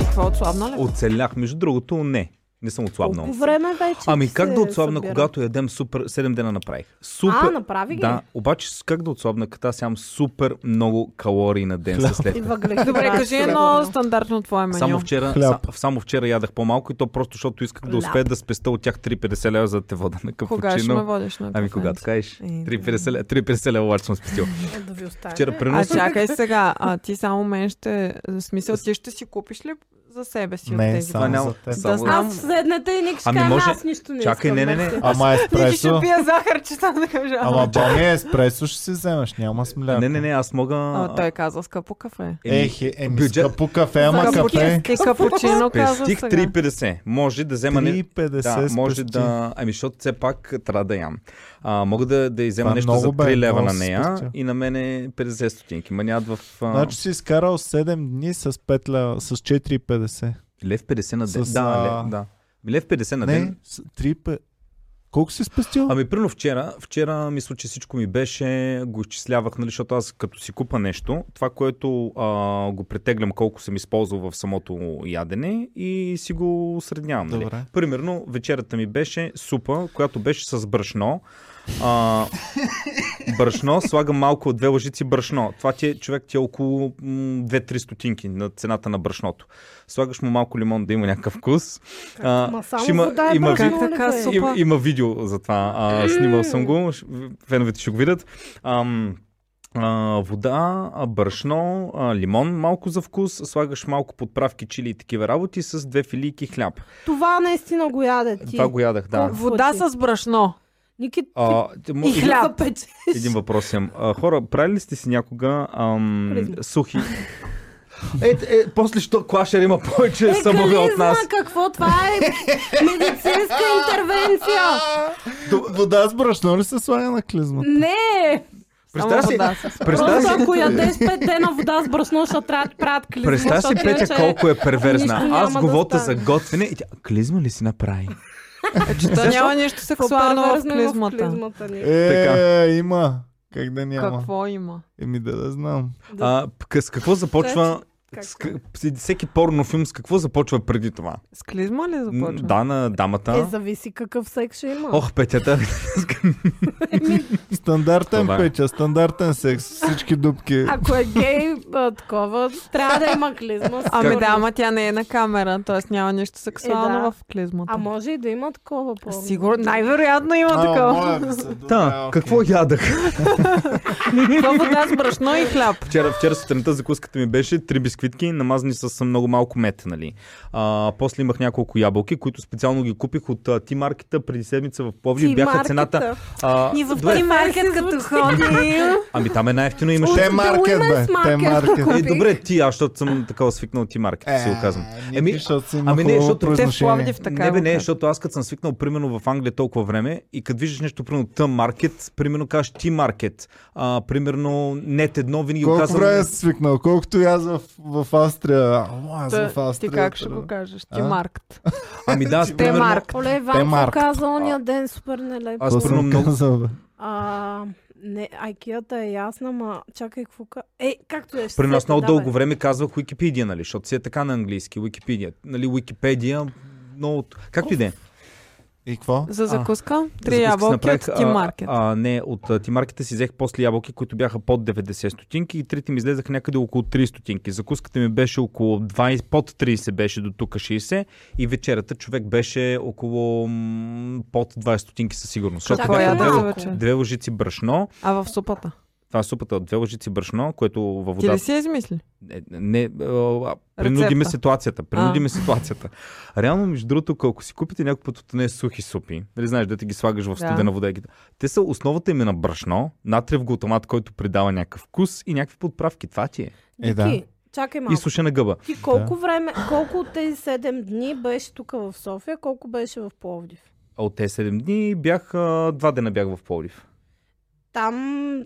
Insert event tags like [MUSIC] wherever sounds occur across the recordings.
Какво отслабна ли? Оцелях. Между другото, не. Не съм отслабнал. Колко време вече Ами ти как се да отслабна, събира? когато ядем супер... 7 дена направих. Супер... А, направи ги? Да, обаче с- как да отслабна, като аз ям супер много калории на ден след И след. въглехидрати. Добре, кажи едно сигурно. стандартно твое меню. Само вчера, Хляб. са- само вчера ядах по-малко и то просто, защото исках да Хляб. успея да спеста от тях 3,50 лева за да те вода на Кога ще ме капучино. водиш на Ами кафенце? когато кажеш, Е, 3,50 лева, 3,50 лева обаче съм спестил. Е, Да ви оставя. Вчера А принос... чакай сега, а ти само мен ще... в Смисъл, ти ще си купиш ли за себе си от Не, тези? само няма- за теб. Да Само... знам. Аз седнете и ник ще Ами кажа, може- аз нищо не Чакай, искам. не, не, не. мерси. Ама е Ники ще еспресо. пия захарчета, да кажа. Ама Боми еспресо ще си вземеш, няма с мляко. Не, не, не, аз мога... А, той каза скъпо кафе. Ех, е, еми, Бюджет- скъпо кафе, ама Скъпо кафе. Ти капучино каза Пестих сега. 3,50. Може да взема... не- 3,50 Да, може спести. да. Ами, защото все пак трябва да ям. А, мога да, да изема Това нещо много за 3 бе, лева много на си нея спестил. и на мене 50 стотинки. Ма нямат в. А... Значи си изкарал 7 дни с 5 лева, с 4,50. Лев 50 на ден. с, да, а, лев, да. Лев 50 на Не, ден. с 3,50. Колко си спестил? Ами, примерно вчера, вчера мисля, че всичко ми беше, го изчислявах, нали, защото аз като си купа нещо, това, което а, го претеглям колко съм използвал в самото ядене и си го среднявам. Нали. Добре. Примерно, вечерята ми беше супа, която беше с брашно. А, брашно, слагам малко от две лъжици брашно. Това ти е, човек ти е около м, 2-3 стотинки на цената на брашното. Слагаш му малко лимон да има някакъв вкус. А, Ма само ще има, вода е има, брашно, ви, Как така, ли бе? супер. има, има видео за това. А, снимал съм го, ш- феновете ще го видят. Ам, а, вода, а, брашно, а, лимон малко за вкус, слагаш малко подправки, чили и такива работи с две филийки хляб. Това наистина го яде ти. Ами, Това го ядах, да. Колко? Вода Фути. с брашно. Ники, А, ти му- И един- хляб. запечеш. Един въпрос имам. А, хора, правили ли сте си някога ам, Призма. сухи? [LAUGHS] Е, е, после що клашер има повече Е, самове от клизма, нас. какво това е? Медицинска интервенция. Вода с брашно ли се слага на клизма? Не, Представя Само си, вода с- представя просто си, ако ядеш пет дена вода с брашно, ще трябва да правят клизма. представя си защото Петя иначе- колко е перверзна. нищо няма Аз да говоря за стане. готвене и тя, клизма ли си направи? Че то няма нищо Какво сексуално в перверзно има клизмата. ни. Е, има. Как да няма? Какво има? Еми да да знам. Да. А, к- с какво започва... Как? с к- с- Всеки порнофилм с какво започва преди това? С клизма ли М, започва? Да, на Е, дамата. зависи какъв секс ще има. Ох, Петята. Стандартен Това е. печа, стандартен секс, всички дубки. Ако е гей, а, такова, трябва да има клизма. Ами сигурно. да, ама тя не е на камера, т.е. няма нищо сексуално Е, да. в клизмата. А може и да има такова по Сигурно, най-вероятно има [LAUGHS] такова. моля ви се, добре, Та, окей. какво ядах? Това вода с брашно и хляб. Вчера, вчера сутринта закуската ми беше три бисквитки, намазани с много малко мед, нали. А, после имах няколко ябълки, които специално ги купих от а, ти маркета преди седмица в Пловдив. Ти Бяха маркета. цената. А, И в две- този маркет като [LAUGHS] ходим. Ами там е най-ефтино имаше. Те маркет, бе. Women's Те market. маркет. Е, добре, ти, аз защото съм такова свикнал ти маркет, си го казвам. Еми, защото си има ами Е, не, хубаво защото те в произношение. Пловдив- Така не, го бе, не, казвам. защото аз като съм свикнал, примерно в Англия толкова време и като виждаш нещо, примерно тъм маркет, примерно кажеш ти маркет, а, примерно нет едно, винаги го Колко казвам. време си свикнал? Колкото и аз в, в Австрия. Амо, аз в Та, Ти Австрия. как ще го трябва. кажеш? Ти А? маркет. Ами да, [LAUGHS] аз Те примерно, маркет. Оле, Те Иван маркат. показа ония ден супер нелепо. Аз Какво примерно съм много- казал, бе? А, не, Айкията е ясна, ма чакай какво ка... Е, както е, ще При нас сета, много да, дълго бе. време казвах Wikipedia, нали? Защото си е така на английски. Wikipedia. Нали, Wikipedia, но... Както и да е. И какво? За А, закуска? Три Закуска си ябълки от направих, ти маркет. А, а, не, от а, тимаркета си взех после ябълки, които бяха под 90 стотинки и трите ми излезаха някъде около 3 стотинки. Закуската ми беше около 20, под 30 беше до тук 60 и вечерата човек беше около м- под 20 стотинки със сигурност. Защото Какво Така, бяха яде за две, малко. вечер? две лъжици брашно, А в супата? това е супата от две лъжици брашно, което във Ти вода ли си я измисли? не, Е, не, а, принудиме Рецепта. ситуацията. Принудиме ситуацията. Реално, между другото, ако си купите някой път от не сухи супи, нали знаеш, да ти ги слагаш в Да. студена вода, и ги- те са основата им е на брашно, натрев глутамат, който придава някакъв вкус и някакви подправки. Това ти е. Е, да. Дики, Чакай И малко. сушена гъба. Ти колко време, колко от тези 7 дни беше тук в София, колко беше в Пловдив? А от тези 7 дни бях, а, два дена бях в Пловдив. Там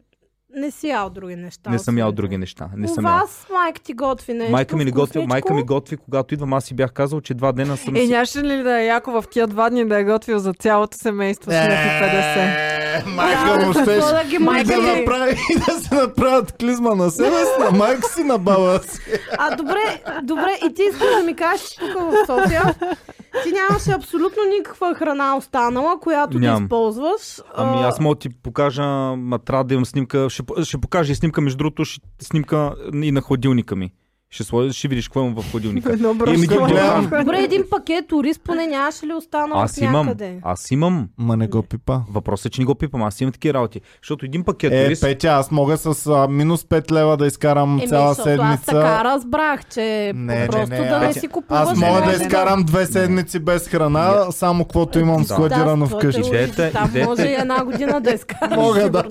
не си ял други неща. не съм ял освен други това. неща. Не У съм ял. вас майка ти готви нещо. Майка ми, не готви, вкусничко. майка ми готви, когато идвам, аз си бях казал, че два дена съм Е, си... нямаше ли да е яко в тия два дни да е готвил за цялото семейство с лев и 50? Е, майка му щеш какво да ги и да махнем? направи [LAUGHS] и да се направят клизма на себе си, на майка си, на баба си. А добре, добре, и ти искаш да ми кажеш, че тук в София ти нямаше абсолютно никаква храна останала, която да Нямам. използваш. Ами А, аз мога да ти покажа, ма трябва да имам снимка. Ще, по- ще покажа и снимка, между другото, ще, снимка и на хладилника ми. Ще, сложа, ще видиш какво имам в [LAUGHS] хладилника. Едно Еми, брашно. гледам. Добре, един пакет ориз поне нямаше ли останал Аз имам. някъде? Аз имам. Ма не го пипа. Въпросът е, че не го пипам. Аз имам такива работи. Защото един пакет Е, рис... Петя, аз мога с а, минус 5 лева да изкарам Еми, цяла защото аз така седмица. разбрах, че Не, не, просто не, да не аз- си купуваш. Аз мога храна. да изкарам две седмици без храна, само каквото имам Да. складирано Да, с твоите вкъщи. лоши. логика, Идеята- Там идеята- може и една година да [LAUGHS] е изкараш. Мога да.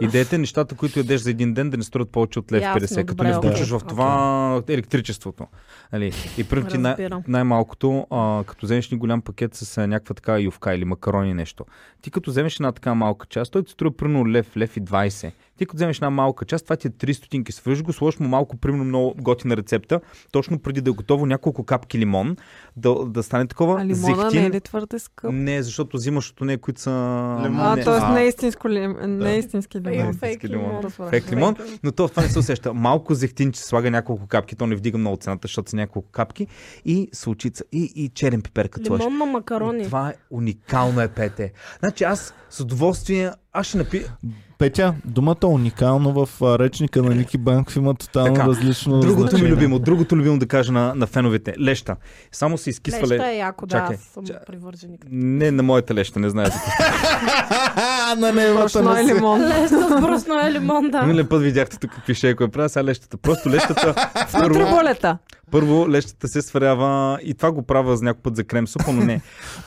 Идеята е нещата, които ядеш за един ден, да не струват повече от лев Ясно, 50, като добре, не окей, включиш в окей. това електричеството. Нали? И примерно ти най- Разбирам. най-малкото, а, като вземеш един голям пакет с а, някаква така ювка или макарони нещо, ти като вземеш една така малка част, той ти струва примерно лев, лев и 20. Ти като вземеш една малка част, това ти е 3 стотинки. Свържи го, сложиш му малко, примерно много готина рецепта, точно преди да е готово няколко капки лимон, да, да стане такова. А лимона не зехтин. е ли твърде скъп? Не, защото взимаш от нея, които са... Лимон. А, не. т.е. А. не е истинско ли... не е истински лимон. Да. фейк лимон. Добре. Фейк лимон, но то това не се усеща. Малко зехтинче слага няколко капки, то не вдига много цената, защото са няколко капки. И случица, и, и черен пипер като сложиш. Лимон на И макарони. Това е уникално е пете. Значи аз с удоволствие, аз ще напи... Петя, думата уникално в а, речника на Ники Банков има тотално Така, различно Другото ми значение. любимо, другото любимо да кажа на, на феновете. Леща. Само се изкисва Леща ле... е яко, да, Чакай, аз съм ча- привърженик. Не на моята леща, не знаете. [LAUGHS] на неговата Брашно е носи. лимон. Леща с брашно е лимон, да. Миналия път видяхте тук пише, ако е правя сега лещата. Просто [LAUGHS] лещата... Утре Първо, болета. първо лещата се сварява и това го правя за някой път за крем супа, но не.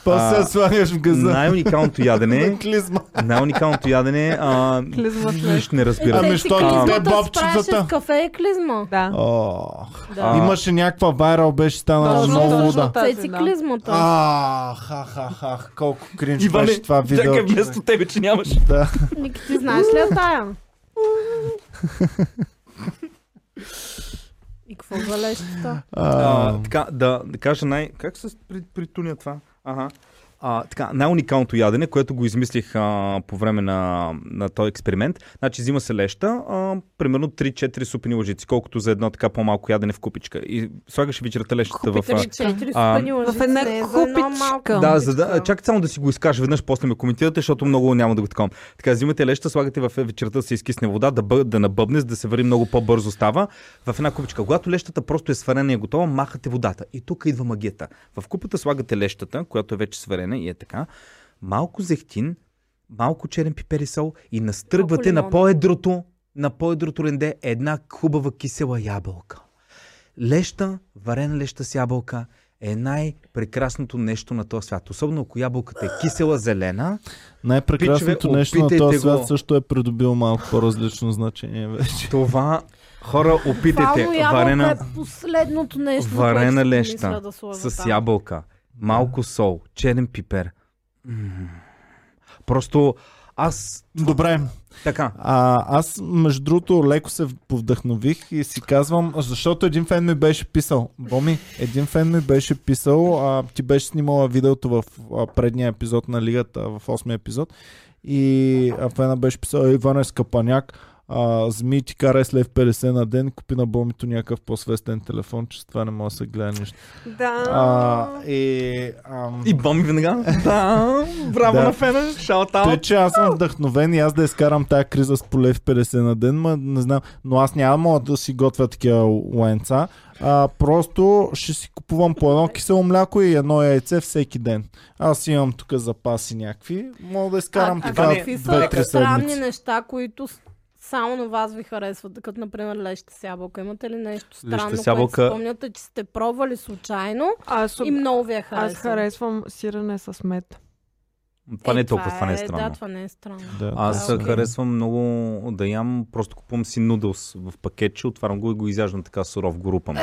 После А, слагаш в газа. Най-уникалното [LAUGHS] ядене На клизма. Най-уникалното ядене. А, Клизмата е. нищо не разбира. Ами, Е, що ти ги те клизмата бобчетата? справяш с кафе и клизма. Да. Ох. А, Да. Имаше някаква вайрал, беше станала Точно, много точно луда. тази, Цеци да. клизмата. А, ха, ха, ха, колко кринч Иване, беше това видео. Чакай човек. вместо тебе, че нямаш. Да. Ники, ти знаеш ли я [LAUGHS] тая? И какво за лещата? А, А, така, да, да кажа най... Как се при- притуня това? Ага. А, така, най-уникалното ядене, което го измислих а, по време на, на този експеримент. Значи взима се леща, а, примерно 3-4 супени лъжици, колкото за едно така по-малко ядене в купичка. И слагаш вечерта лещата в... Купите а, ми четири а, супени лъжици. в една не е за едно купичка. малко. Да, за да, чакай само да си го изкажа веднъж, после ме коментирате, защото много няма да го таком. Така, взимате леща, слагате в е, вечерта да се изкисне вода, да, бъ, да набъбне, за да се вари много по-бързо става. В една купичка. Когато лещата просто е сварена и е готова, махате водата. И тук идва магията. В купата слагате лещата, която е вече сварена и е така. Малко зехтин, малко черен пипер и сол и Малко настръгвате лимон. на по-едрото, на по-едрото ленде една хубава кисела ябълка. Леща, варена леща с ябълка е най-прекрасното нещо на този свят. Особено ако ябълката е кисела зелена. Най-прекрасното Пичове, нещо на опитайте този го. свят също е придобил малко по-различно значение вече. Това, хора, опитайте. Буквално ябълка Варена, е последното нещо, на което варена си леща мисля да сложа с там. ябълка, малко сол, черен пипер. М. Просто аз Добре, така. а, аз между другото леко се повдъхнових и си казвам, защото един фен ми беше писал, Боми, един фен ми беше писал, а, ти беше снимала видеото в а, предния епизод на лигата, в 8 епизод, и а, фена беше писал, Иван е скъпаняк, а, зми ти кара с лев 50 на ден, купи на Бомито някакъв по-свестен телефон, че с това не може да се гледа нищо. Да. А, и, ам... И бомби веднага. Да, браво Да. на фена, шаутаут. Тъй, че аз съм вдъхновен и аз да изкарам тая криза с поле в 50 на ден, ма не знам. Но аз няма мога да си готвя такива лайнца. А, просто ще си купувам по едно кисело мляко и едно яйце всеки ден. Аз имам тук запаси някакви. Мога да изкарам а, така Ваня, какви са две-три странни седмици. неща, които с- само на вас ви харесват, като например леща с ябълка. Имате ли нещо Леща странно, с леща ябълка- което си спомняте, че сте пробвали случайно Аз, и много ви е аз харесало? харесвам сирене с мед. Това не е Е, толкова, това не е странно. Да, това не е странно. Да, Аз да. okay. харесвам много да ям, просто купувам си нудълс в пакетче, отварям го и го изяждам така суров го рупам. Е,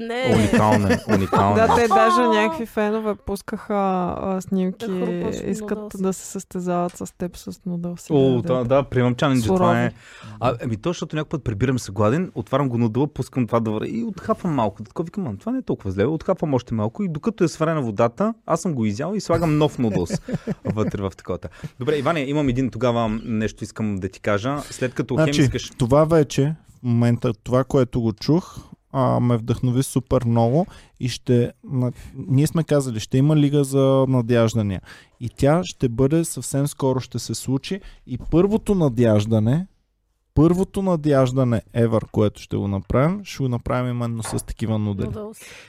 не. Уникално е, уникално Да, е. те даже някакви фенове пускаха а, снимки, Да хрупаш с искат нудълс. да се състезават с теб с нудълси. О, да, да, приемам чалендж, Сурови. това е. А, ами то, защото някой път прибирам се гладен, отварям го нудъла, пускам това да върви и отхапвам малко. Така викам, «Ам, това не е толкова зле, отхапвам още малко и докато е сварена водата, аз съм го изял и слагам нов нудълс. вътре в такова. Добре, Иване, имам един тогава нещо искам да ти кажа. След като хем Значи, искаш... това вече, в момента, това, което го чух, а, ме вдъхнови супер много и ще... На, ние сме казали, ще има лига за надяждания. И тя ще бъде, съвсем скоро ще се случи. И първото надяждане, първото надяждане ever, което ще го направим, ще го направим именно с такива нудели.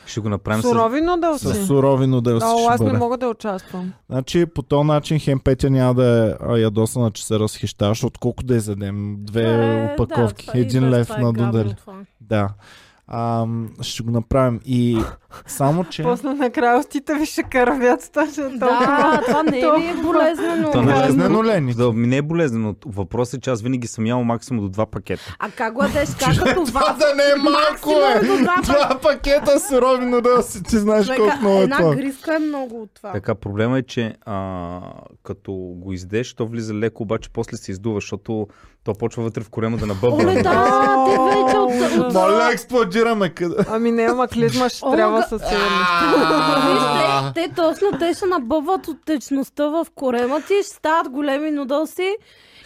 Ще го направим с... Сурови нудълци. С сурови нудели О, ще аз не бъде. мога да участвам. Значи по този начин хем Петя няма да е а, ядосана, че се разхищаваш, отколко да изядем две Е, да, опаковки, това- и един без лев това е на гадно додели. това. Да. А, ще го направим. И само, че... После накрая устите ви ще кървят точно толкова. Да, това не е ли е болезнено? То не е гадно? Болезнено ли е ни? Да, ми не е болезнено. Въпросът е, че аз винаги съм ял максимум до два пакета. А как гладеш? Как като Това вас? да не е малко, е! Максимум до два Два пакета сурови нудълси, ти знаеш колко Човека, много е една това. гриска е много от това. Така, проблема е, че а, като го издеш, то влиза леко, обаче после се издува, защото то почва вътре в корема да набъбва. Оле, да, те вече от... от- Моля, експлодираме къде. Ами не, ама клизма ще О, трябва га- със сигурност. Вижте, те точно те ще набъбват от течността в корема ти, ще стават големи нудълси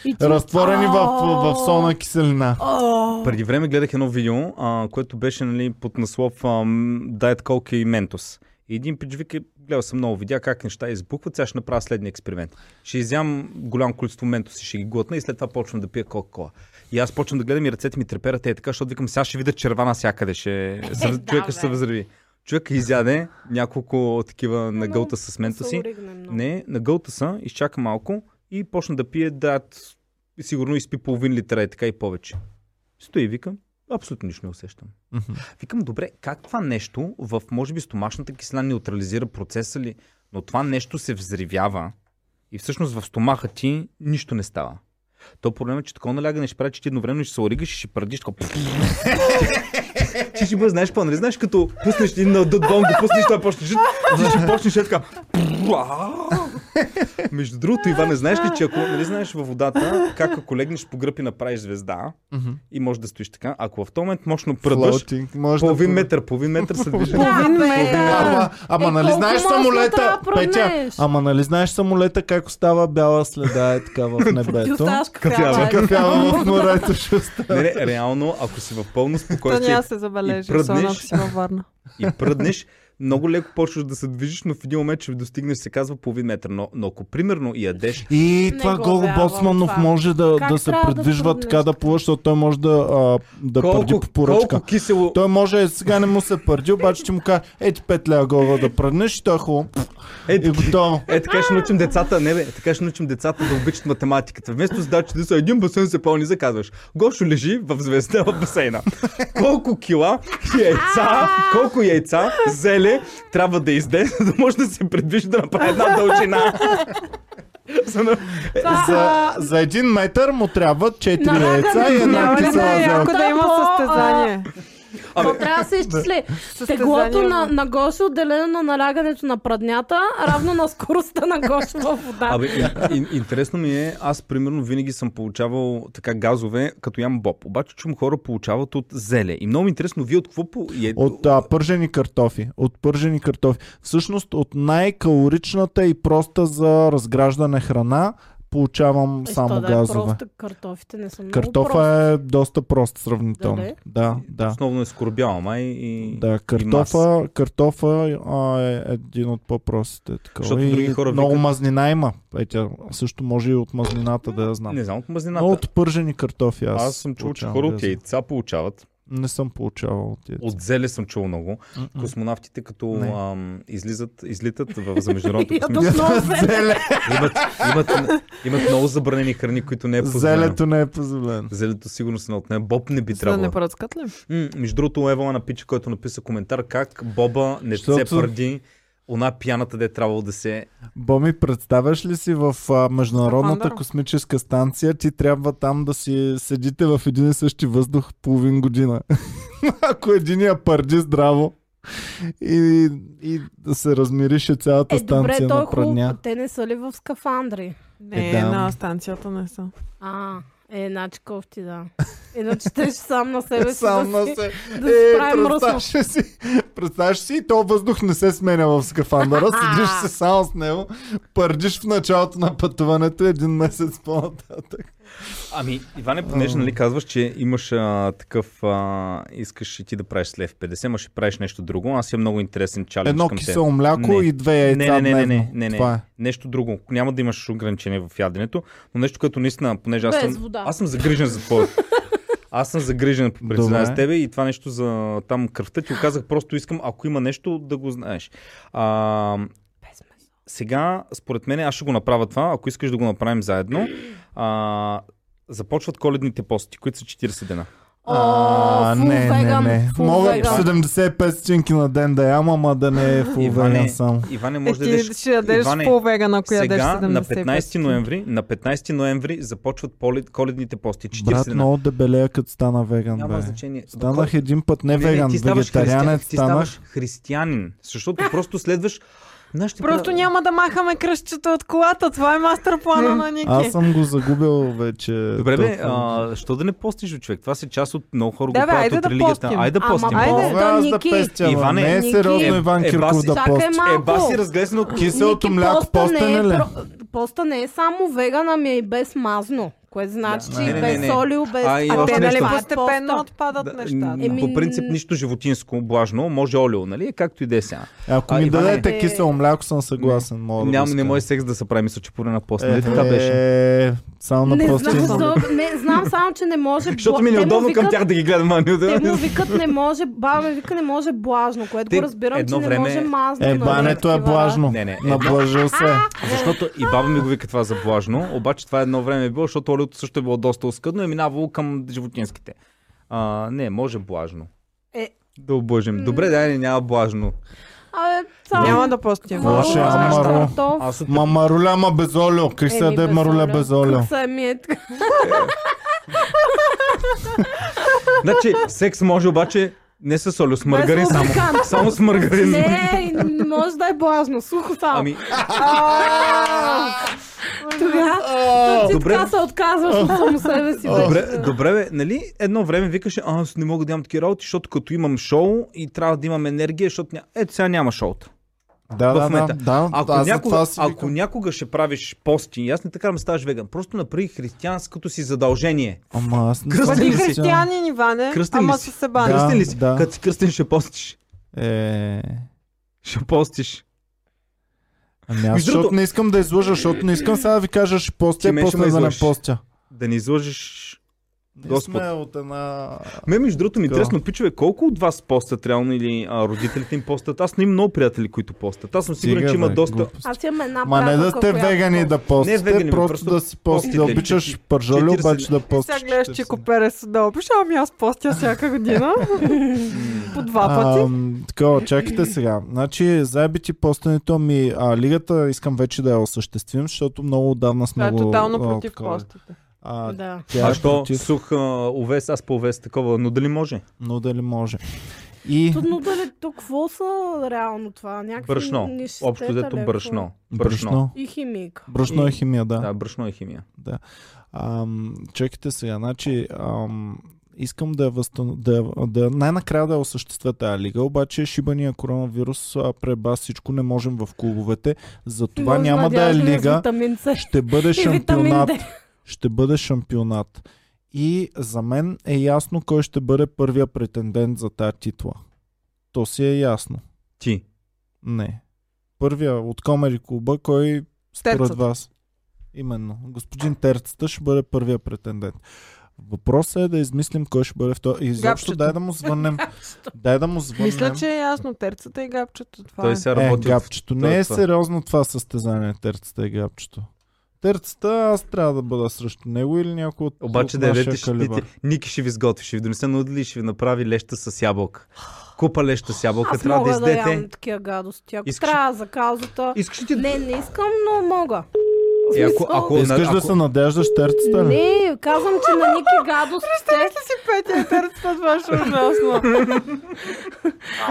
и ти... Разтворени в, в, в О, солна киселина. о, Преди време гледах едно видео, а, което беше нали, под наслов ам, Diet Coke и Mentos. И един пич вика, гледал съм много видеа как неща избухват, сега ще направя следния експеримент. Ще изям голям количество ментос и ще ги глътна и след това почвам да пия Кока-Кола. И аз почвам да гледам и ръцете ми треперат е така, защото викам, сега ще видя черва навсякъде, [LAUGHS] ще... да, Е, човека ще се бе. възрави. Човек изяде няколко такива нагълта с мента се си. оригне много. Не, нагълта са, изчака малко и почна да пие дат. Сигурно изпи половин литра и така и повече. Стои, викам. Абсолютно нищо не усещам. Мгм. Викам, добре, как това нещо в, може би, стомашната киселина неутрализира процеса ли, но това нещо се взривява и всъщност в стомаха ти нищо не става. То проблема е, че такова налягане ще прави, че ти едновременно ще се оригаш и ще прадиш такова. [LAUGHS] ти ще бъдеш, знаеш какво, нали знаеш, като пуснеш един на дъд бомб, го пуснеш, той почнеш, ти ще почнеш е [LAUGHS] така. Между другото, Иване, знаеш ли, че ако нали знаеш във водата, как ако легнеш по гръб и направиш звезда и можеш да стоиш така, ако в този момент мощно пръдаш, Флоутинг, може да половин бъде. метър, половин метър се [LAUGHS] движи. Половин бе. метър. Ама, ама Е, нали колко знаеш мощно самолета, трябва да Петя, промнеш? ама нали знаеш самолета как остава бяла следа е така в [LAUGHS] Ти небето? оставаш Кафява. кафява. Кафява в морето ще остава. Не, не, Нали, реално, ако си в [LAUGHS] пълно То спокойствие няма се забележи, и особено ако пръднеш. си във Варна. и пръднеш, много леко почваш да се движиш, но в един момент ще достигнеш, се казва, половин метър. Но, но ако примерно ядеш, И Не това го Гого вярвам Босманов това. може да, Как да се трябва да предвижва тръгнеш? така да плува, защото той може да, а, да пърди колко, по поръчка. колко кисело... Той може, сега не му се пърди, обаче ще му каже, ети 5 лева Гого да пръднеш и той е хубаво. Е, И готово. Е, така ще научим децата, не бе, така ще научим децата да обичат математиката. Вместо задачи да са един басейн се пълни, заказваш. Гошо лежи в звезда в басейна. Колко кила яйца, колко яйца, зеле трябва да изде, [LAUGHS] за да може да се предвижи да направи една дължина. [LAUGHS] За да- Е, За, за един метър му трябва 4 Налага яйца и на- една Няма ли да кисела е зелка. яко да има По, а, състезание? Това трябва да се изчисли. Теглото Състезание. на, на Гошо, отделено на налягането на праднята, равно на скоростта на Гошо във вода. Абе, ин, ин, интересно ми е, аз примерно винаги съм получавал така газове, като ям боб. Обаче чум хора получават от зеле. И много ми е интересно, вие от какво по... е- От а, пържени картофи. От пържени картофи. Всъщност от най-калоричната и проста за разграждане храна получавам Е, само що да е газове. просто, картофите не са много Картофа прости. е доста прост сравнително. Да, бе. Да, да. Основно е скорбяла, май и... Да, картофа, картофа а, е един от по-простите. Такова. Защото и други хора много викат- мазнина има. Петя, също може и от мазнината да я знам. Не знам от мазнината. Но от пържени картофи аз, Аз, съм чул, че получавам хора да я от знам. яйца получават. Не съм получавал от яйца. От зеле съм чул много. М-м. Космонавтите, като Не. ам, излизат, излитат в, за [LAUGHS] международното Ядат космическо. много зеле. Зеле. имат, имат, имат много забранени храни, които не е позволено. Зелето не е позволено. Зелето сигурно се не отнема. Боб не би За да трябвало. не пръцкат ли? М, Между другото, Евала на Пича, който написа коментар как Боба не Защото- се пърди она пияната, де е трябвало да се... Боми, представяш ли си в а, Международната Скафандър? космическа станция, ти трябва там да си седите в един и същи въздух половин година. [LAUGHS] Ако единия пърди здраво и, и да се размирише цялата Е, добре, станция то е на пръдня. хубаво. Те не са ли в скафандри? Не, да. на станцията не са. А, е, Е, значи кофти, да. Иначе те ще сам на себе си Е, Сам да на си... се. да си Е, правим мръсно. представяш ли си, представяш си, и то въздух не се сменя [LAUGHS] в скафандъра, седиш се само с него, пърдиш в началото на пътуването един месец по-нататък. Ами, Иване, понеже нали казваш, че имаш а, такъв, а, искаш и ти да правиш слев 50, ма ще правиш нещо друго. Аз имам много интересен чалендж Едно към те. кисело мляко Не. и две яйца Не, не, не, не, не, дневно. не, не. Това е. Нещо друго. Няма да имаш ограничение в яденето, но нещо, което наистина, понеже аз Без съм, вода. аз съм загрижен за твоето. Аз съм загрижен по признание Добре. с тебе и това нещо за там кръвта ти оказах, просто искам, ако има нещо, да го знаеш. А, Без месо. сега, според мен, аз ще го направя това, ако искаш да го направим заедно. А, започват коледните пости, които са 40 дена. О, фул не, веган, не, не. фул Мога веган. 75 стотинки на ден да ям, ама да не е фул веган само. Иване, Е, може да ти ядеш... ще ядеш Иване, по-веган, ако ядеш сега, 75. на 15 ноември, на 15 ноември започват полед, коледните пости. 40 Брат, дена. много дебелея, като стана веган, Няма бе. значение. Ами, Станах един път не, веган, ти ставаш християнин, вегетарианец ти станах. ставаш християнин, защото просто следваш нашите Просто няма да махаме кръщчета от колата. Това е мастер плана на Ники. Аз съм го загубил вече. Добре, бе, толкова. а, що да не постиш бе, човек? Това са част от много хора Да, го бе, правят айде от да религията. постим. Айде да Ама, постим. айде. О, Мога аз да Е, Ники. пестя, ама Иване, не е Ники. сериозно Е, Иван е, Кирков баси. да Чакай пости. малко. Еба си разглезено от кис. Киселото Ники, мляко нали? поста не е постене ли? про- Поста не е само веган, ами е и без мазно. Което значи, Да. че Не, и не, без не, не. солио, без... А, и А още те, нали, нещо. Това е постепенно поста. отпадат нещата. Е, м, По Еми, принцип н- нищо животинско, блажно, може олио, нали? Както и да е сега. Ако А, ми Иване, дадете е- кисело мляко, съм съгласен. Мога да Няма, го не може скажа. секс да се прави, мисля, че по време на пост. Нали Е, така беше? е, Само на не, прости. знам, защо- не, знам само, че не може... Защото бла- ми е те му неудобно към викат- тях да ги гледам. а не Те да- му викат не може, баба ми вика не може блажно, което е- Те го разбирам, едно че не време- може мазно. Е, нали, бането е такива блажно. Не, не, е, Наблажил се. Защото и баба ми го вика това за блажно, обаче това едно време е било, защото олиото също е било доста оскъдно и е минавало към животинските. А, не, може блажно. Е. Да облъжим. Добре, да, не, няма блажно. Абе, е само... Няма да постим. Лошо е, Валуа, ама ро. картоф. Аз от... Ма маруля, ама без олио. Как се Еми, яде маруля без олио? Ами, Как се ми е така? Значи, секс може обаче не с олио, с маргарин Без само. лубрикант. Само с маргарин. Не, не може да е блажно, сухо само. Ами, Тогава ти Добре. така се отказваш от само себе си. вече. добре, добре, бе, нали? Едно време викаше, а, аз не мога да имам такива работи, защото като имам шоу и трябва да имам енергия, защото ня... ето сега няма шоута. Да, в да, да, момента. да. Ако, аз за това някога, си ако викам. някога ще правиш пости, и аз не така ме ставаш веган, просто направи християнското си задължение. Ама аз не Кръстен съм ли Бъди си? християнин. християнин, Е, Иване, Кръстен ли ама си? се себани. Да. кръстен ли си? Като си кръстен ще постиш. Е... Ще постиш. Ами аз, Между защото другото- не искам да излъжа, защото не искам сега да ви кажа, ще постя, Ти ме ще после ме да не излъжеш. постя. Да не излъжеш. Ние Господ. сме от една... Ме, между другото, ми е Такова. интересно, пичове, колко от вас постят реално или а, родителите им постят? Аз не имам много приятели, които постят. Аз съм сигурен, Стига, че има бе, доста. глупост. Аз имам една Ма не да приятелка, сте е. която- вегани да Не постите, вегани, бе, просто, просто да си постите. Да постите. обичаш пържоли, 40. обаче да И постиш. сега гледаш, че Коперес да опиша, ами аз постя всяка година. По два пъти. Ам, Така, чакайте сега. Значи, заеби ти постенето ми, а лигата искам вече да я осъществим, защото много отдавна сме Това е го... тотално а, против такова. постите. А, Да. тя А е що против, сух а, овес, аз по овес такова, но дали може? но дали може. И... Трудно дали тук какво са реално това? Някакви Брашно. нищета Общо дето ли е, брашно. Брашно. Брашно. какво? И химик. Брашно е химия, да. Да, брашно е химия. Ам, чакайте сега, значи ам, искам да, я възстан... да, я- да най-накрая да я осъществя тази лига, обаче шибания коронавирус а, преба всичко, не можем в клубовете, затова Може няма да е надяваш ли с лига, витамин С? ще бъде И витамин шампионат, Д. ще бъде шампионат. И за мен е ясно кой ще бъде първия претендент за тази титла. То си е ясно. Ти. Не. Първия от Комери клуба, кой според Терцата. вас? Именно. Господин Терцата ще бъде първия претендент. Въпросът е да измислим кой ще бъде втори. И Изобщо Гапчето. дай да [LAUGHS] му звъннем. дай да му звъннем. Мисля, че е ясно. Терцата и гапчето. Това е. Той се Е, работи. от- гапчето. Не е това. сериозно това състезание, терцата и гапчето. Терцата, аз трябва да бъда срещу него или някой от Обаче от да нашия ядете, ще, ти, калибър. Ники ще ви сготви, ще ви донесе нудли и ще ви направи леща с ябълка. Купа леща с ябълка, Аз трябва да мога да, издете. ям такива гадости. Ако Искаш ли- трябва за каузата... Искаш ли ти Не, не искам, но мога. В Е, ако- смисъл- ако- Искаш ако- да се надеждаш терцата ли? Не, казвам, че на Ники гадостите... Ти си петия терцата, това ще е ужасно.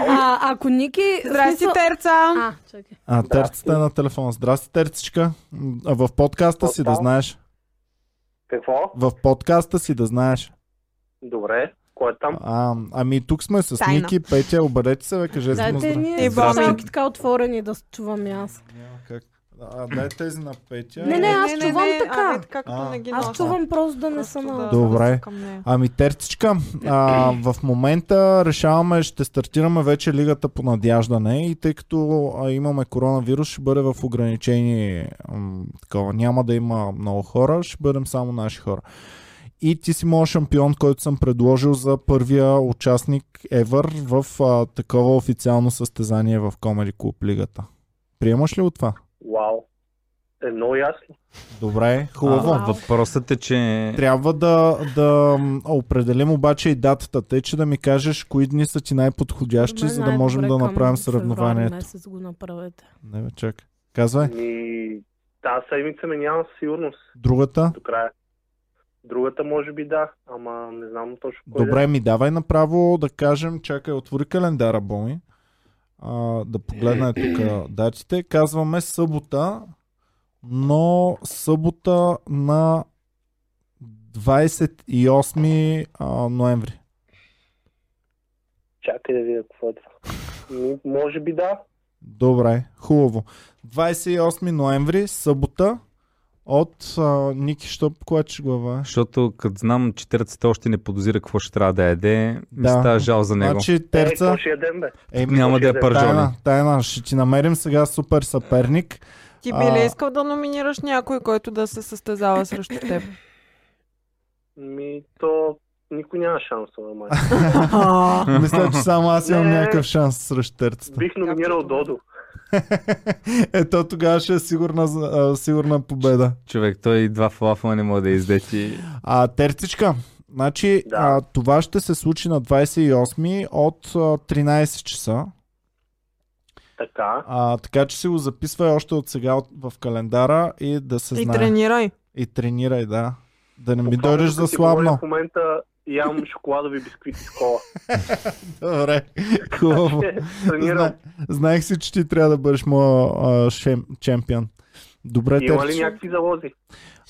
А, ако Ники... Здрасти, смисъл- терца! А, чакай. А, терцата е на телефона. Здрасти, терцичка. М, а В подкаста си да знаеш. Какво? В подкаста си да знаеш. Добре. Кой е там? А, ами тук сме с Тайна. Ники, Петя, обадете се, бе, кажете му Дайте здраве. ни Здравей. слушалки така отворени да се чувам и аз. Няма как. А, дай тези на Петя. Не, не, аз чувам не, така. А, както А. не ги Аз нося. чувам просто да не Просто съм да- на... Добре. да са към нея. Ами Терцичка, а, в момента решаваме, ще стартираме вече лигата по надяждане и тъй като а, имаме коронавирус, ще бъде в ограничени м, такова, няма да има много хора, ще бъдем само наши хора. И ти си моят шампион, който съм предложил за първия участник ever в а, такова официално състезание в Comedy Club лигата. Приемаш ли от това? Вау. Е много ясно. Добре, хубаво. А, въпросът е, че... Трябва да, да м, определим обаче и датата, тъй че да ми кажеш кои дни са ти най-подходящи, Мен за да най-добре можем да е към направим февруари съревнованието. месец го направете. Не бе, чакай. Казвай, Ми, тази седмица ми няма със сигурност другата. до края. Другата може би да, ама не знам точно кой е? Добре, ми давай направо да кажем, чакай, отвори календара, Боми. А, да погледна е тук датите. Казваме събота, но събота на 28 а, ноември. е. Чакай да видя какво е това. Ми, може би да. Е, Добре, хубаво. 28 ноември, събота, от а, Ники Штоп, която ще глава. Защото като знам, че терцата още не подозира какво ще трябва да яде, ми Да. става жал за него. Значи, Е, какво Терца, ще ядем, бе? е, Няма да е ще- пържони. тайна, тайна, ще ти намерим сега супер съперник. [LAUGHS] Ти А. би ли искал да номинираш някой, който да се състезава [LAUGHS] срещу [LAUGHS] теб? Ми, то никой няма шанс на [LAUGHS] май. Мисля, че само аз имам Не. някакъв шанс срещу Терцата. [LAUGHS] Бих номинирал Додо. Ето тогава ще е сигурна, а, сигурна победа. Човек, той два фалафа не може да издети. А, Терцичка, значи Да. а, това ще се случи на 28 от а, 13 часа. Така. А, така че си го записвай още от сега от, в календара и да се И знае. тренирай. И тренирай, да. Да не ми Буквално, дойдеш като за ти говоря слабно. В момента [LAUGHS] ям шоколадови бисквити с кола. Добре. Хубаво. Тренирам. Зна- Знаех си, че ти трябва да бъдеш моя а, шем- чемпион. Добре, Има ли Терчо. някакви залози?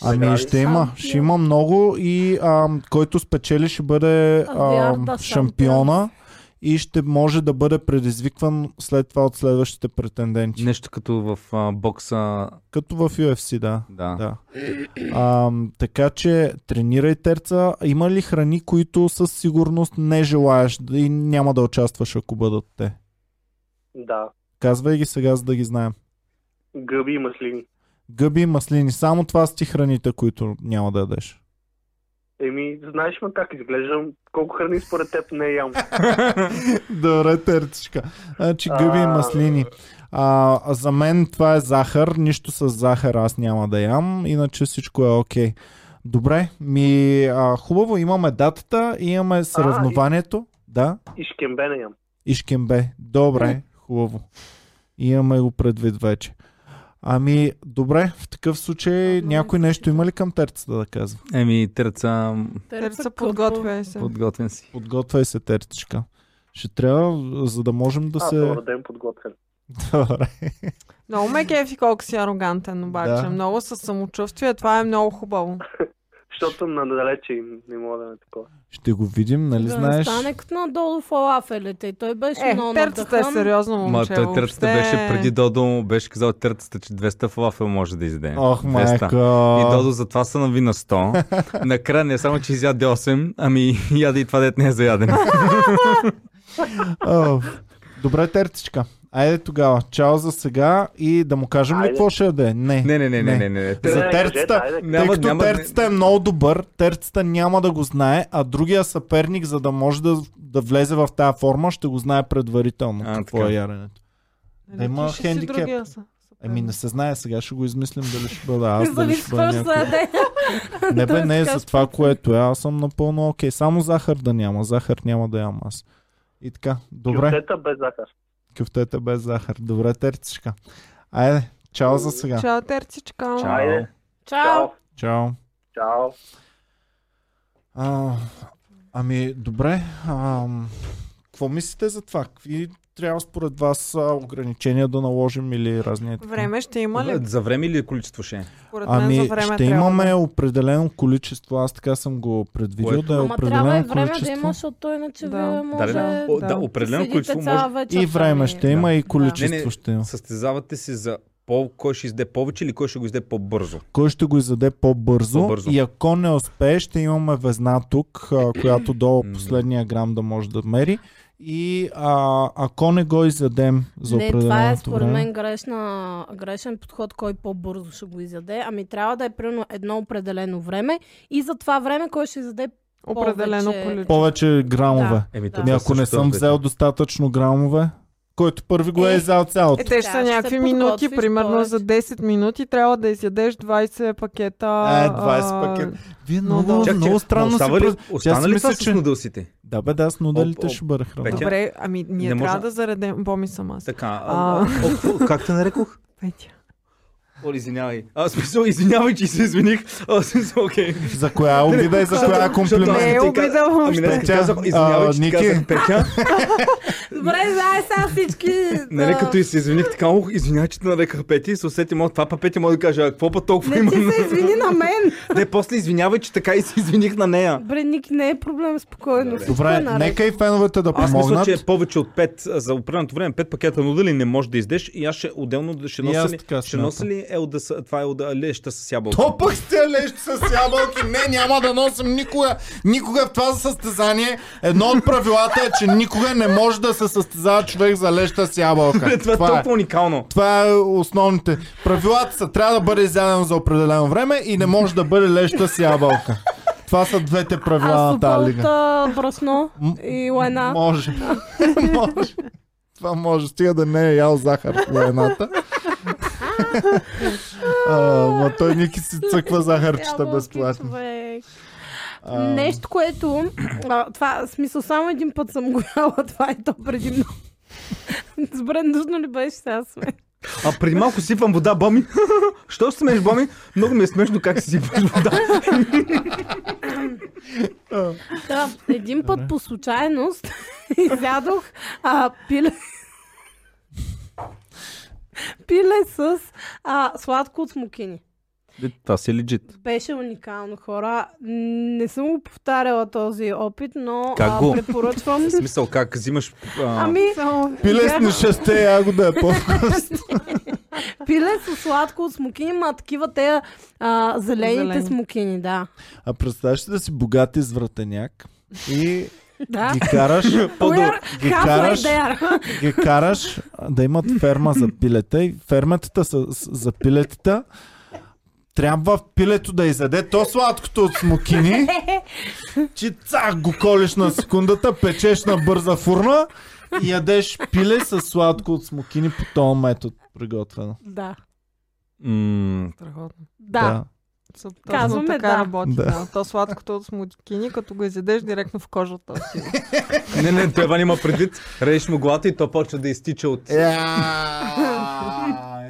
Ами ще има. Ще има много и а, който спечели ще бъде а, Авиарда, шампиона и ще може да бъде предизвикван след това от следващите претенденти. Нещо като в а, бокса. Като в UFC, да. Да. Да. А, така че тренирай терца. Има ли храни, които със сигурност не желаеш да- и няма да участваш, ако бъдат те? Да. Казвай ги сега, за да ги знаем. Гъби и маслини. Гъби и маслини. Само това са ти храните, които няма да ядеш. Еми, знаеш ме как изглеждам, колко храни според теб не ям. Добре, тертичка. Значи гъби и А. маслини. А, а за мен това е захар. Нищо с захар аз няма да ям. Иначе всичко е окей. Добре, ми а, хубаво имаме датата, имаме съревнованието. Да. И шкембе не ям. Ишкембе. Добре, хубаво. Имаме го предвид вече. Ами, добре, в такъв случай Много някой е нещо има ли към терцата да казва? Еми, терца, Терца, подготвяй се. подготвен си. Подготвяй се, тертичка. Ще трябва, за да можем да Аз се... съм роден подготвен. [LAUGHS] Добре. Много ме е кефи колко си арогантен, обаче. Да. Много със самочувствие, това е много хубаво. Защото надалече им не мога да ме такова. Ще го видим, нали Да знаеш? стане като надолу фалафелите. И той беше Е, много терцата е надъхан. сериозно Ма момче. той терцата въобще. беше преди Додо, му беше казал терцата, че 200 фалафел може да изде. Ох, 200. майка. И Додо затова са нави на [LAUGHS] 100. Накрая не само, че изяде 8, ами [LAUGHS] яде и това дет не е [LAUGHS] заяден. О, Добре, тертичка. Айде тогава. Чао за сега и да му кажем ли Айде. какво ще яде? Не. Не, не, не, не, не, не. не. За Не, терцата. кажете, е? айде. Тъй Няма- като няма- терцата е много добър, терцата няма да го знае, а другия съперник, за да може да, да влезе в тази форма, ще го знае предварително А, какво така. е яденето. Е, Да има напиши си хендикеп. другия са- Еми не се знае, сега ще го измислим дали ще бъда аз, [LAUGHS] дали Зависи ще бъда какво ще се някой. яде. Не бе, Той не е така за това, което е. Аз съм напълно окей. Само захар да няма. Захар няма да ям аз. И така, добре. Кюфтета без захар. Кюфтета без захар. Добре, терцичка. Айде, чао за сега. Чао, терцичка. Чао. Айде. Чао. Е, Чао. Чао. Чао. А, ами, добре. А, Какво мислите за това? Какви трябва според вас а, ограничения да наложим или разни такива? Време ще има ли? За време или количество ще? е? Според мен Ами, за време ще трябва имаме да- определено количество, аз така съм го предвидил, Което- да е Ама трябва и определено време да количество. има, защото иначе Да. вие Да, може... да, да. О, да, да. определено седите количество може. цяла вечер И време сами. ще е има, и Да. количество Не, не. ще има. Състезавате се за по, кой ще изде повече или кой ще го изде по-бързо. Кой ще го издаде по-бързо, По-бързо. и ако не успее, ще имаме везна тук, а, която до М. последния грам да може да мери. И а, ако не го изядем за не, това е определеното според време, мен грешна, грешен подход, кой по-бързо ще го изяде. Ами трябва да е примерно едно определено време и за това време кой ще изяде определено повече- количество. повече грамове. Еми, то Да. Ами, това ако не също съм разбирате. взел достатъчно грамове, който първи го е Е, изял цялото. Е, те Да, ще са ще някакви се минути, подготвиш примерно повече. за 10 минути трябва да изядеш 20 пакета. Е, 20 а, пакета. Вие но много, да. Чак, чак, много странно си... остава ли, през- остана ли мисля, това с че- нудълсите? Да бе, да, с нудалите Оп, оп, ще бъде храна. Петя. Добре, ами ние Не трябва може- да заредем боми сама. Така. А. А, а, о, как те нарекох? Петя. О, извинявай. А, в смисъл, извинявай, че се извиних. А, в смисъл, окей. За Е, коя обида и Ами, за защото- коя комплимент? защото аз Не е ти обида казах- Ами не, въобще. ти казах, а, извинявай, че ти Ники. казах Петя. Добре, знае сега всички. Нали, да. като и се извиних така, ох, извинявай, че те нареках Петя и се усетим, от това па Петя може да каже, а какво па толкова Не има? ти се извини на мен. Не, после извинявай, че така и се извиних на нея. Бре, Ник, не е проблем, спокойно. Всичко е Добре, наред. нека и феновете да Аз мисля, помогнат. че е повече от 5 за определеното време. 5 пакета нудели не може да издеш и аз ще отделно ще И аз нося ли, така ще смятам. нося ли елда, с- това елда леща с ябълка. То пък сте лещи с ябълки. Не, няма да носим никога. Никога в това състезание. Едно от правилата е, че никога не може да се състезава човек за леща с ябълка. Това е толкова уникално. Това е основните. Правилата са трябва да бъде изядено за определено време и не може да бъде леща с ябълка. Това са двете правила Аз на тази лига. супълта, брашно М- и лайна. Може. може. Това може. Стига да не е ял захар в едната. а, ма той Ники си цъква захарчета Ябълки, безплатно. човек. А, Нещо, което... А, това, в смисъл, само един път съм го яла, това и то преди много. Добре, нужно ли беше сега сме? А преди малко сипвам вода, Боми. [LAUGHS] Що се смееш, Боми? Много ми е смешно как си сипваш вода. Да, Един път по случайност [LAUGHS] изядох а, пиле... пиле с а, сладко от смокини. Това си е легит. Беше уникално, хора. Не съм го повтаряла този опит, но Как а, го? препоръчвам. В смисъл, как взимаш... А... Ами, е. Само- Пилесни шесте ягода е по пиле с сладко от смокини, ма такива те а, зелените Зелени. смокини, да. А представяш си да си богат извратеняк и Да. ги караш, ги Halfway караш, there. [LAUGHS] ги караш а, да имат ферма за пилета и фермата с, с, за пилетата трябва в пилето да изяде то сладкото от смокини, че цах го колиш на секундата, печеш на бърза фурна и ядеш пиле с сладко от смокини по този метод приготвено. Да. М, Страхотно. Да. Са- точно Казваме така да. работи. Да. Да. То сладкото от смутикини, като го изядеш директно в кожата. си. Не, не, той Ван има предвид. Режеш му главата и то почва да изтича от... Я,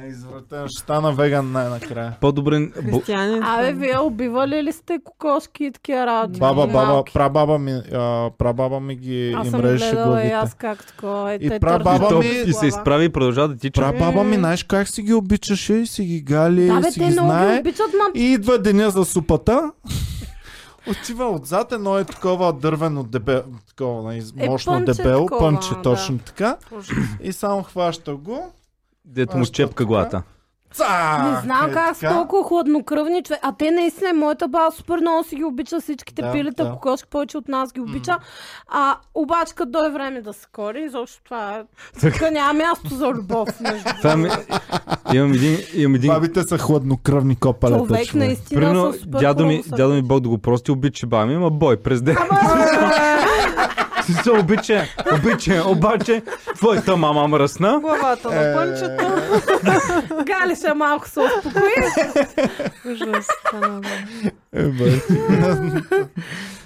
Е, Извратен, ще стана веган най-накрая. По-добре... Бо- Християнин. Абе, вие убивали ли сте кокошки и такива работи? Баба, баба, Малки. прабаба ми, а, прабаба ми ги Аз им съм режеше гледала и главите. аз как такова е. И те прабаба търсят ми- глава. И се изправи и продължава да тича. Прабаба ми, знаеш как си ги обичаше и си ги гали, Да, бе, и си ги те много ги знае. обичат, ма И идва деня за супата. Отива отзад едно е такова дървено дебе, такова, нали, Е, мощно пънче дебело, такова, пънче, да. точно така. И само хваща го. Дето му Аз чепка тук. главата. Цак! Не знам е как са така. толкова хладнокръвни човек. А те наистина, моята баба супер много си ги обича всичките Да, пилета, да. кокошки повече от нас ги обича. А обаче, като дойде време да се кори, изобщо това е... Така. Тук няма място за любов. между [LAUGHS] Това ми... Имам един... Имам един... Бабите са хладнокръвни копалета, човек, човек. наистина Примерно, са супер дядо ми, кръвосъдни. дядо ми Бог да го прости, обича баба ми, ама бой през ден. [LAUGHS] Си се обича, обича, обаче твоята мама мръсна. Главата Е. на пънчето. Галиша е малко се успокои. Ужас, това много е. [LAUGHS] Е, бе.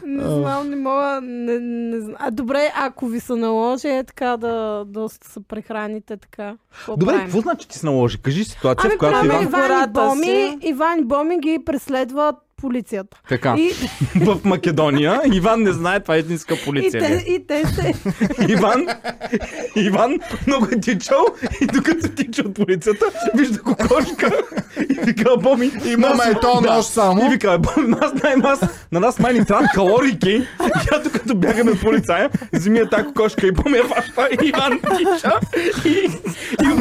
Не А. знам, не мога. Не, не знам. А добре, ако ви се наложи е така да, да се прехраните така. какво Добре, правим? какво значи ти се наложи? Кажи ситуация, Ами, в която примерно Иван... Иван- Иван и Гората Боми, си. Иван и Боми ги преследват полицията. Така. И, [LAUGHS] В Македония. Иван не знае, това е истинска и, полиция. те, и те се... Иван, Иван много е тичал и докато тича от полицията, вижда кокошка и вика, боми, Имаме нас- е то нощ само. И вика, боми, нас, най- нас, на нас май ни трябва калорики. И аз докато бягаме от полицая, вземи я тази кокошка и боми я фаща и Иван тича. И, и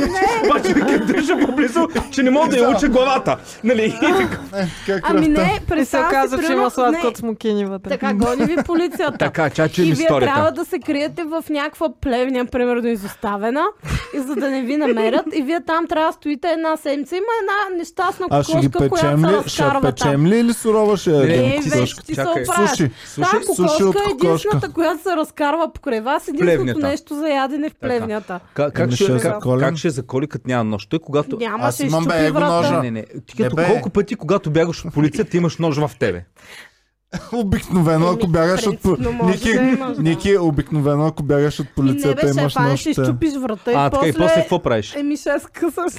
обаче вика, държа по-близо, че не мога да я уча главата. Нали? И така. [LAUGHS] Как Ами кръвта. не, И се представя оказа, че има сладко не, от смокини вътре. Така, гони ви [LAUGHS] полицията. Така, чачи и им вие трябва историята. да се криете в някаква плевня, примерно изоставена, и за да не ви намерят. И вие там трябва да стоите една седмица. Има една нещастна А ще ги кокошка, която печем се ли? Ще я разкарва там. печем ли или сурова ще Не, Е, ядем? ти вече сушка. ти се Чакай. оправяш. Суши. Та Суши- кокошка суши от е единствената, кокошка. която се разкарва покрай вас. Единственото Плевнята. нещо за ядене в плевнята. Как, как, Ами ще, ще как, я заколем. как ще заколи като няма нощ? Той когато Няма, Аз ще имам бе, изчупи его врата. ножа. Не, не, не. Ти като Не, бе. колко пъти, когато бягаш от полицията, имаш нож в тебе. Обикновено, ако Еми, бягаш от... по- принципно може Ники, да имаш, да. е. Ники, обикновено, ако бягаш от И не полицията, беше, имаш фане, ще нощ. изчупиш врата. А, така и после... и после какво правиш? Еми, ще я скъсаш.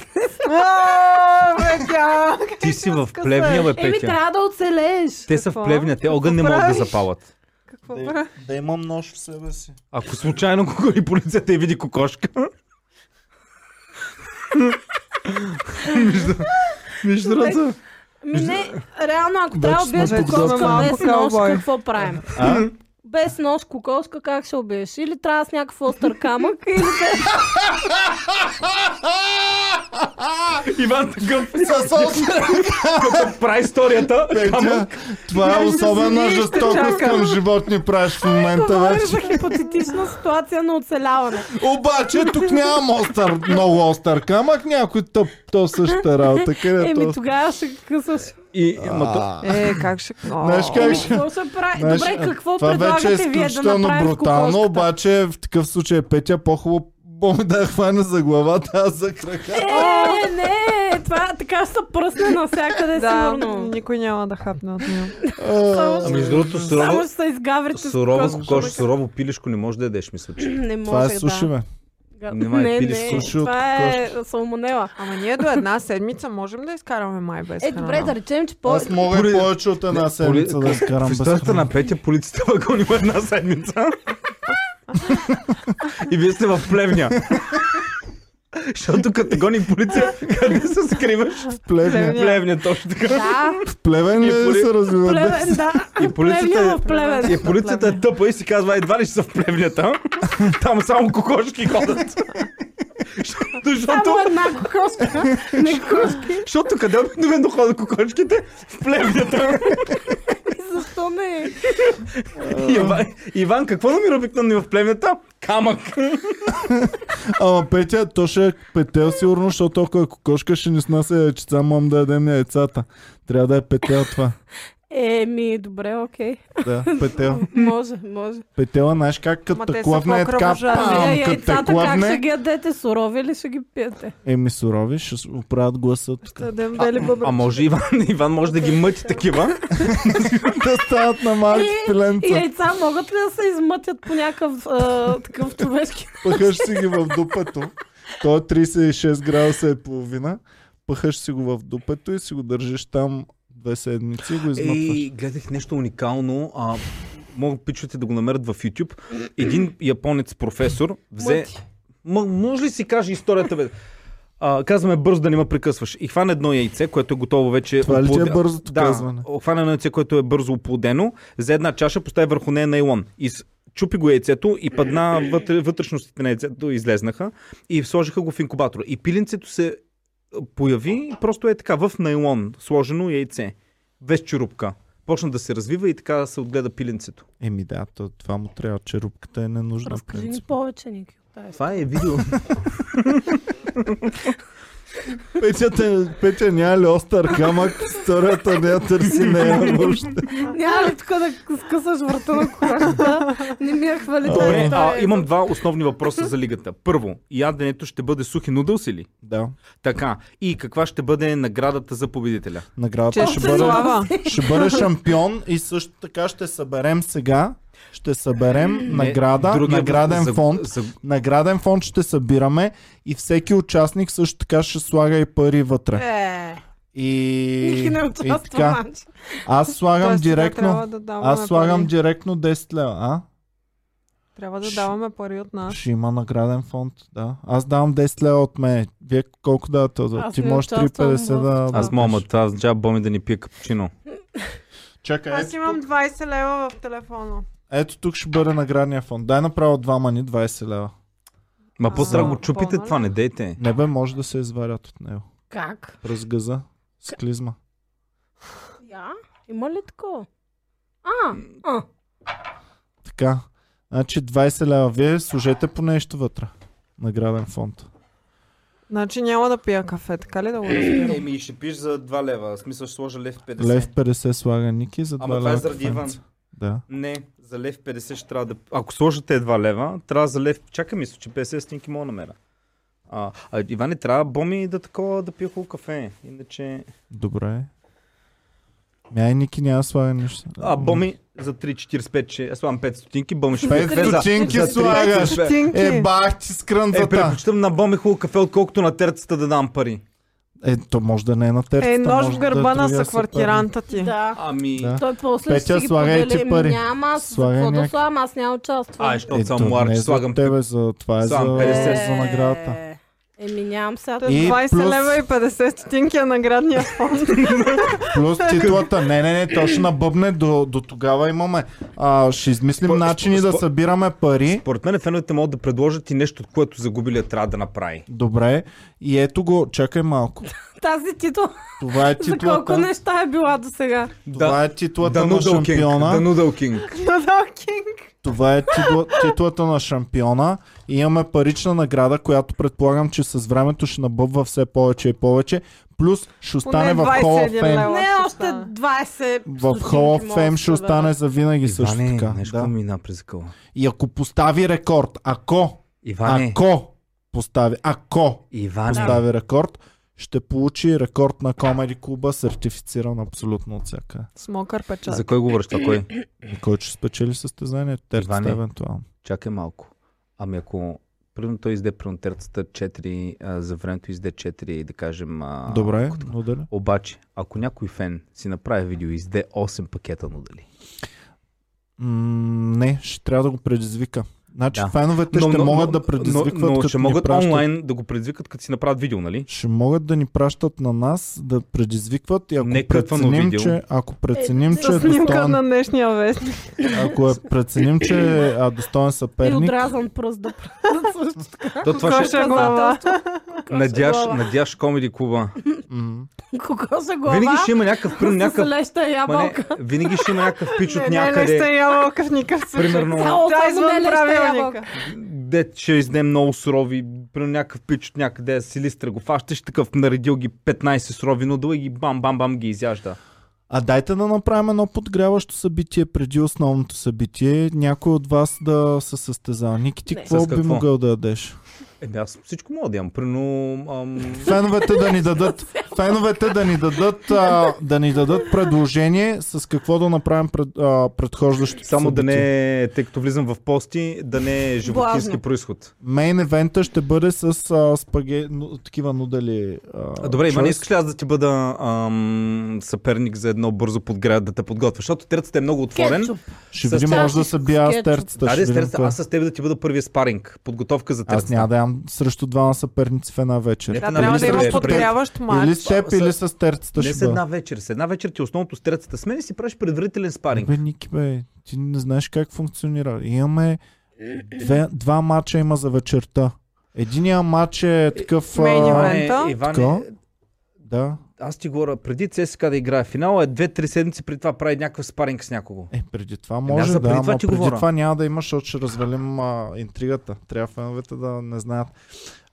А, бе, как? Е, Ти си в плевня, бе, Еми, Петя. трябва да оцелееш. Те са в Какво? плевня, те огън не Какво могат да правиш? запалят. Какво правиш? Да имам нож в себе си. Ако случайно го и полицията и види кокошка. Вижда. Вижда ръца. Ми Ами, не, реално, ако Вече трябва да сме убиеш тук, да. кокошка без Малко нож, каубой. какво правим? А? Без нож кокошка как ще убиеш? Или трябва с някакъв остър камък, [LAUGHS] или без... Иван такъв Със остра прави историята. петя. Това е особена жестокост чакам. към животни правиш в момента Говорим вече. за хипотетична ситуация на оцеляване. Обаче тук нямам остър, много остър камък, някой тъп, то същата работа. Къде е Еми, то? тогава ще късаш. И, ама то, А, Е, как ще... О, Знаеш как Еми, ще... какво ще прави? Знаеш, Добре, какво това вече е предлагате вие да изключително направим с брутално, кокошката? обаче в такъв случай Петя по-хубаво [LAUGHS] Боми да я хване за главата, аз за крака. Е, не, това така ще се пръсне навсякъде, Да, сигурно. никой няма да хапне от него. а между другото, Само сурово, ще се изгаврите с сурова кокошка. с кокош, сурово пилешко не може да ядеш, мисля, че. Не може, Това е да. суши, бе. Га- Нима е Не, пилиш не, суши от това е салмонела. Ама ние до една седмица можем да изкараме май без Е, храна. добре, да речем, че по... Аз мога и Поли- повече от една седмица да изкарам Нали, В без историята храна. на Петя [LAUGHS] полицията вагони има една седмица. И вие сте в плевня. Защото като гони полиция, къде се скриваш? В Плевен. В плевня, точно така. Ами, Да, В Плевен И ли поли- се развива? Да. плевен, да. И Плевня полицията, в плевен. е, и полицията е тъпа и си казва, едва ли ще са в плевнята. Там само кокошки ходят. Защото, защото, Само една кокоска. Не кокоски. защото къде обикновено ходят кокошките? В плевнята. Защо не? [LAUGHS] Иван, Иван какво намира обикновено в плевнята? Камък. Ама Петя, то ще е петел сигурно, защото ако е кокошка, ще ни снася яйчеца, мам да ядем яйцата. Трябва да е петел това. Еми, добре, окей. Да, петел. Може, може. Петела, знаеш как Ма като те те са клавне е така, по-кръвожадни. пам, Вие като е те яйцата как ще клавне, ги ядете? Сурови ли ще ги пиете? еми сурови, ще с- оправят гласа така. Дадем бели бъбреци. А може Иван, [LAUGHS] Иван може да ги мъти такива. [LAUGHS] да стават на малки И пиленца. яйца могат ли да се измътят по някакъв а, такъв човешки? Пъхаш си ги в дупето. То е 36 градуса и половина. Пъхаш си го в дупето и си го държиш там две седмици и го измъкваш. И гледах нещо уникално. А, могат пичовете да го намерят в YouTube. Един японец професор взе... Мъти. М- може ли си каже историята, бе? А, казваме бързо да не ме прекъсваш. И хвана едно яйце, което е готово вече. Това ли ти е оплоде- бързото да, казване? Хвана едно яйце, което е бързо оплодено, взе една чаша, постави върху нея найлон. И с- чупи го яйцето и падна вътре, вътрешностите на яйцето излезнаха и сложиха го в инкубатора. И пиленцето се появи и просто е така, в найлон, сложено яйце, без черупка. Почна да се развива и така се отгледа пиленцето. Еми да, то, това му трябва. Черупката е ненужна. в Разкажи ни принцип. повече, Ники. от тази Това е видео. Петята, Петя няма ли остър камък? Историята не я търси нея въобще. Няма ли тук да скъсаш врата на колата? Не ми е я хвали Добре, е а, история. имам два основни въпроса за лигата. Първо, яденето ще бъде сухи нудълс или? Да, Така. И каква ще бъде наградата за победителя? наградата ще Чест и бъде... слава. Ще бъде шампион и също така ще съберем сега. Ще съберем награда, другия награден за- фонд. за- Награден фонд ще събираме и всеки участник също така ще слага и пари вътре. Е, И, Никой не е и участва. така. значи. Аз слагам Тоест, сега директно. Трябва да даваме Аз слагам пари. директно 10 лева. А? Трябва да Ш- даваме пари от нас. Ще има награден фонд, да. Аз давам 10 лева от мен. Вие колко давате от Аз Ти не можеш участвам 3,50 в- да... Аз мога, това означава Боми да ни пие капучино. Чакай, Аз ето, имам 20 лева в телефона. ето тук ще бъде наградния фонд. Дай направо от двама ни 20 лева. Ма по-стра А, го чупите по-моля. това, не дейте. Не бе, може да се изварят от него. Как? През газа. С клизма. Я? Има ли такова? А, а. Така. Значи 20 лева. Вие служете по нещо вътре. Награден фонд. Значи няма да пия кафе, така ли да го Е, разбирам? Еми, ще пиш за 2 лева. В смисъл ще сложа лев 50. Лев 50 слага Ники за 2 Ама лева. това е заради кафенце. Иван. Да. Не, за лев 50 ще трябва да... Ако сложите 2 лева, трябва за лев... Чакай, мисля, че 50 стинки мога намеря. А, а Иване, трябва Боми да такова да пие хубаво кафе. Иначе... Добре. Ми, ай, Ники няма да слага нищо. А, Боми за 3,45 ще... Аз слагам 5 стотинки, Боми ще... Пет пие две за- стотинки за слагаш. 3,45. Стинки. Е, бах ти с Е, крънцата. предпочитам на Боми хубаво кафе, отколкото на терцата да дам пари. Е, то може да не е на терцата. Е, нож може в гърба да на е другия съквартиранта ти. Да. Ами... Да. Той после ще Петя, си ги слагай ти подели. Ами пари. Няма, аз за Слагай какво да някак- слагам, аз не участвам. А, съперник. защото Е, съм то не млад, е ще за слагам... тебе, за, това е за, Слагам 50. за наградата. Еми нямам сега. Тоест И 20 плюс- лева и 50 стотинки е наградния [LAUGHS] фонд. Плюс Е. титлата. Не, не, не, то ще набъбне. До, до тогава имаме. А, ще измислим Спо- начини спо- да спо- събираме пари. Според мен феновете могат да предложат и нещо, което загубилия трябва да направи. Добре. И ето го. Чакай малко. Тази титла, Това е [LAUGHS] за колко титлата. неща е била до сега. Това е титлата на шампиона. Да Нудъл Кинг. Докинг. Това е [LAUGHS] титла, титлата на шампиона. И имаме парична награда, която предполагам, че с времето ще набъбва все повече и повече. Плюс ще остане в 21 Hall of Fame. лева. Не, ще още остане. 20 В Hall of Fame ще остане за винаги също Иване, така. нещо Да. мина през къла. И ако постави рекорд, ако, Иване, ако постави, ако Иване, постави рекорд, ще получи рекорд на Комеди Клуба, сертифициран абсолютно от всяка. Смокър печат. за кой говориш? Това кой? И който ще спечели състезанието, терцата Иване. евентуално. Чакай малко. Ами ако Примерно той изде примерно терцата 4, а, за времето изде 4, да кажем... А... Добре, но дали? Обаче, ако някой фен си направи видео и изде 8 пакета, но дали? М, не, ще трябва да го предизвика. Значи Да. феновете ще могат да предизвикват, но, но като ще ни могат пращат, онлайн да го предизвикат, като си направят видео, нали? Ще могат да ни пращат на нас да предизвикват и ако Не кътвано преценим, видео. че, ако преценим, че е С снимка достоен, на днешния вестник. ако е преценим, че е а, достоен И съперник, отрязан пръст да също така. То това Кой ще... ще е глава? Надяш, глава? надяш комеди клуба. м, Кога се глава? Винаги ще има някакъв, примерно, някакъв... някакъв... С леща Ма не, ябълка. винаги ще има някакъв пич от Не, не сте някъде. ябълка в никакъв случай. Примерно, Цяло Това е само извън не леща правилника. ябълка. дет ще изне много сурови, при някакъв пич от някъде, силистра го фащаш, такъв наредил ги 15 сурови нудла и ги бам-бам-бам ги изяжда. А дайте да направим едно подгряващо събитие преди основното събитие. Някой от вас да се състезава. Ники, ти Не. какво С би какво? могъл да дадеш? Еми аз всичко мога Е, да имам, прино... Ам... Феновете да ни дадат, феновете да ни дадат, а, да ни дадат предложение с какво да направим пред, а, предхождащото Само да събитие. не, е, тъй като влизам в пости, да не е животински Блазно. происход. Мейн евента ще бъде с а, спаге... ну, такива нудали. А, добре, Иван, choice. искаш ли аз да ти бъда ам, съперник за едно бързо подград да те подготвя? Защото терцата е много отворен. Кетчуп. Ще с видим, чаши може да с се бия с кетчуп. терцата. Да, ще да, с видим терцата, кой. аз с теб да ти бъда първия спаринг. Подготовка за терцата. Аз няма да ям срещу двама съперници в една вечер. Не, Да, Нали трябва да сте има добре? подгряващ Или матч. с теб, С- или с терцата Не ще с бъда. една вечер. С една вечер ти е основното с терцата с мен и си правиш предварителен спаринг. Бе, Ники, бе, ти не знаеш как функционира. Имаме две, два матча има за вечерта. Единия матч е такъв... Мейн А, ивент. Иване, Момента. Иване, Така. да. аз ти говоря, преди ЦСКА да играе финала, е 2-3 седмици преди това прави някакъв спаринг с някого. Е, преди това аз може за да, преди ама това ти преди говоря. това няма да имаш, защото ще развалим а, интригата. Трябва феновете да не знаят.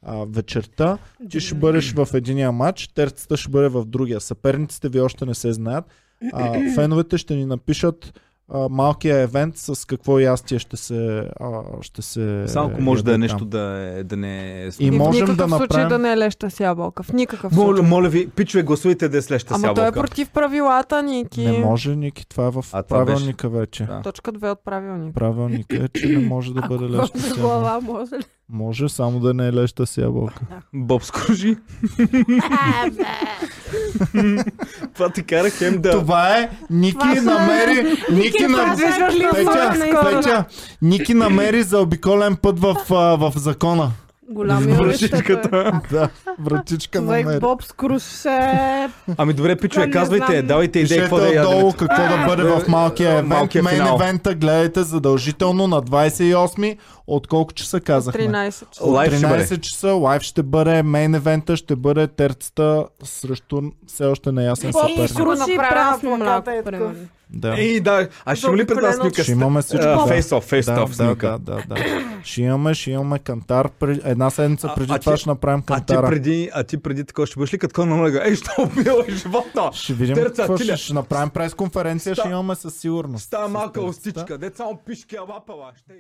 А, вечерта ти ще бъдеш в единия матч, терцата ще бъде в другия. Съперниците ви още не се знаят. А, феновете ще ни напишат а, малкия евент с какво ястие ще се... А, ще се Само ако може да е яде нещо там. да е, да не е... И И в можем да никакъв случай направим- да не е леща с ябълка. В никакъв Моля, случай. моля ви, пичове, гласуйте да е слеща с Ама той е ябълка. против правилата, Ники. Не може, Ники, това е в А, това правилника вече. Да. Точка 2 от правилника. Правилника е, че не може да бъде леща с Кожа ябълка. глава може ли? Може, само да не е леща с ябълка. Боб скружи. Това ти кара хем да... [LAUGHS] Това е. Това Ники са- намери. Ники това намери. са- Предвиждаш ли Петя, фора Петя, наистина? Петя, Ники намери заобиколен път в, а, в закона. е Голям Връшичката. Да, вратичка Човек намери. Боб Скруш е... Ами добре, пичове, не казвайте, знам. давайте идеи, Пишете какво да отдолу ядем. какво да бъде в Е, малкия А, евент. малкия Мейн финал. евента гледайте задължително на 28 от колко часа казахме. 13 часа. От Лайв ще 13 часа лайв ще бъде, мейн евента ще бъде терцата срещу все още е неясен Е, И съперник. сигурно. круши и направя прасно плаката, мляко, е такъв. примерно. Да. Ей, да, а ще има ли пред нас Заобиколено. снимка? Ще имаме всичко. да. Фейс-оф, да, фейс-оф да, снимка. да, да, да. Ще имаме, ще имаме кантар. При... Една седмица А- преди а това ти- ще направим А ти кантара. преди, а ти преди такова ще бъдеш ли като на мъга? Ей, що убила живота? Ще видим Търца, какво ти ще, ли? ще направим през конференция, ще имаме със сигурност. Става малка С- устичка, деца му пишки лапала. Ще